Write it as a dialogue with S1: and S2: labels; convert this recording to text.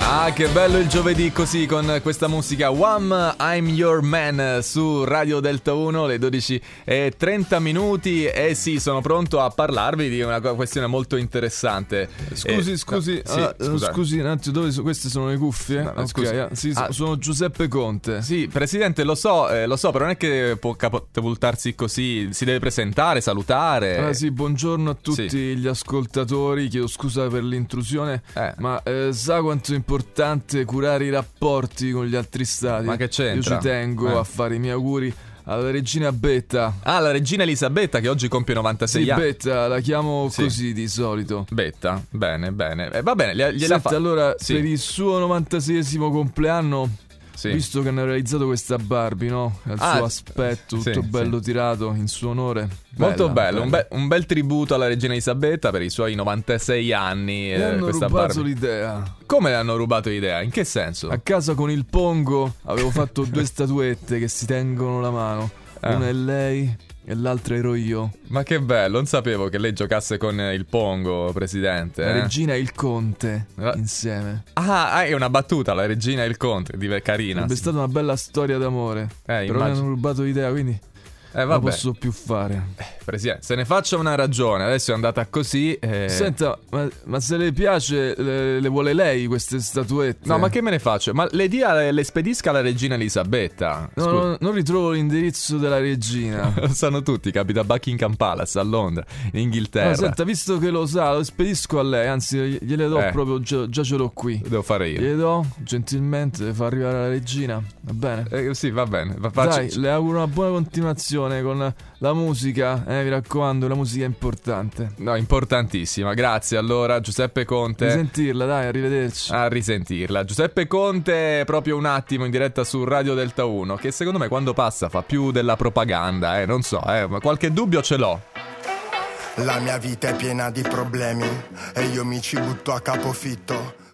S1: Ah, che bello il giovedì così con questa musica Wham! I'm Your Man su Radio Delta 1, le 12 e 30 minuti. E sì, sono pronto a parlarvi di una co- questione molto interessante.
S2: Scusi,
S1: Eh,
S2: scusi,
S1: no, sì,
S2: ah, eh,
S1: scusate.
S2: scusi, un attimo, dove so- queste sono le cuffie?
S1: No, no,
S2: Ok,
S1: scusi.
S2: ah, sì, so-
S1: Ah.
S2: sono Giuseppe Conte.
S1: Sì, Presidente, lo so, eh, lo so, però non è che può catapultarsi così. Si deve presentare, salutare.
S2: Ah, sì, buongiorno a tutti
S1: eh. Sì.
S2: gli ascoltatori, chiedo scusa per l'intrusione,
S1: Eh.
S2: ma eh, sa quanto è importante curare i rapporti con gli altri stati?
S1: Ma che c'entra?
S2: Io ci tengo
S1: Eh.
S2: a fare i miei auguri alla regina Betta.
S1: Ah, la regina Elisabetta che oggi compie 96
S2: Sì,
S1: anni.
S2: Betta, la chiamo
S1: Sì.
S2: così di solito.
S1: Betta, bene, bene. Eh, va bene, gliela gliela
S2: Senta,
S1: fa.
S2: allora,
S1: Sì.
S2: per il suo 96esimo compleanno,
S1: Sì.
S2: visto che hanno realizzato questa Barbie, no? Al
S1: Ah,
S2: suo aspetto,
S1: sì,
S2: tutto
S1: sì.
S2: bello tirato in suo onore.
S1: Molto bello,
S2: Bella,
S1: un,
S2: bella.
S1: be- un bel tributo alla regina Elisabetta per i suoi 96 anni.
S2: Mi
S1: eh,
S2: hanno
S1: questa
S2: rubato
S1: Barbie.
S2: l'idea.
S1: Come le hanno rubato idea? In che senso?
S2: A casa con il pongo avevo fatto due statuette che si tengono la mano.
S1: Ah.
S2: Una è lei e l'altra ero io.
S1: Ma che bello, non sapevo che lei giocasse con eh, il Pongo, presidente.
S2: La
S1: eh.
S2: regina e il conte
S1: Ah.
S2: insieme.
S1: ah, ah, è una battuta, la regina e il conte, di carina.
S2: Sarebbe
S1: sì.
S2: stata una bella storia d'amore.
S1: Eh,
S2: però mi
S1: immagino.
S2: hanno rubato l'idea, quindi
S1: Eh,
S2: non la
S1: vabbè,
S2: posso più fare.
S1: presidente, se ne faccia una ragione, adesso è andata così. eh.
S2: Senta, ma, ma se le piace, le, le vuole lei queste statuette?
S1: No, ma che me ne faccio? Ma le dia, le, le spedisca alla regina Elisabetta.
S2: No,
S1: Scusi.
S2: no, non ritrovo l'indirizzo della regina.
S1: Lo sanno tutti, capita a Buckingham Palace a Londra, in Inghilterra.
S2: No, senta, visto che lo sa, lo spedisco a lei, anzi, gliele do
S1: Eh.
S2: proprio, già, già ce l'ho qui.
S1: Devo fare io.
S2: Gliele do, gentilmente, le fa arrivare la regina, va bene?
S1: Eh, sì, va bene. va- faccio-
S2: Dai, le auguro una buona continuazione con la musica, eh, mi raccomando, la musica è importante.
S1: No, importantissima. Grazie allora, Giuseppe Conte.
S2: Risentirla, dai, arrivederci.
S1: a risentirla. Giuseppe Conte, proprio un attimo in diretta su Radio Delta 1, che secondo me quando passa fa più della propaganda, eh, non so, eh, ma qualche dubbio ce l'ho.
S3: La mia vita è piena di problemi e io mi ci butto a capofitto.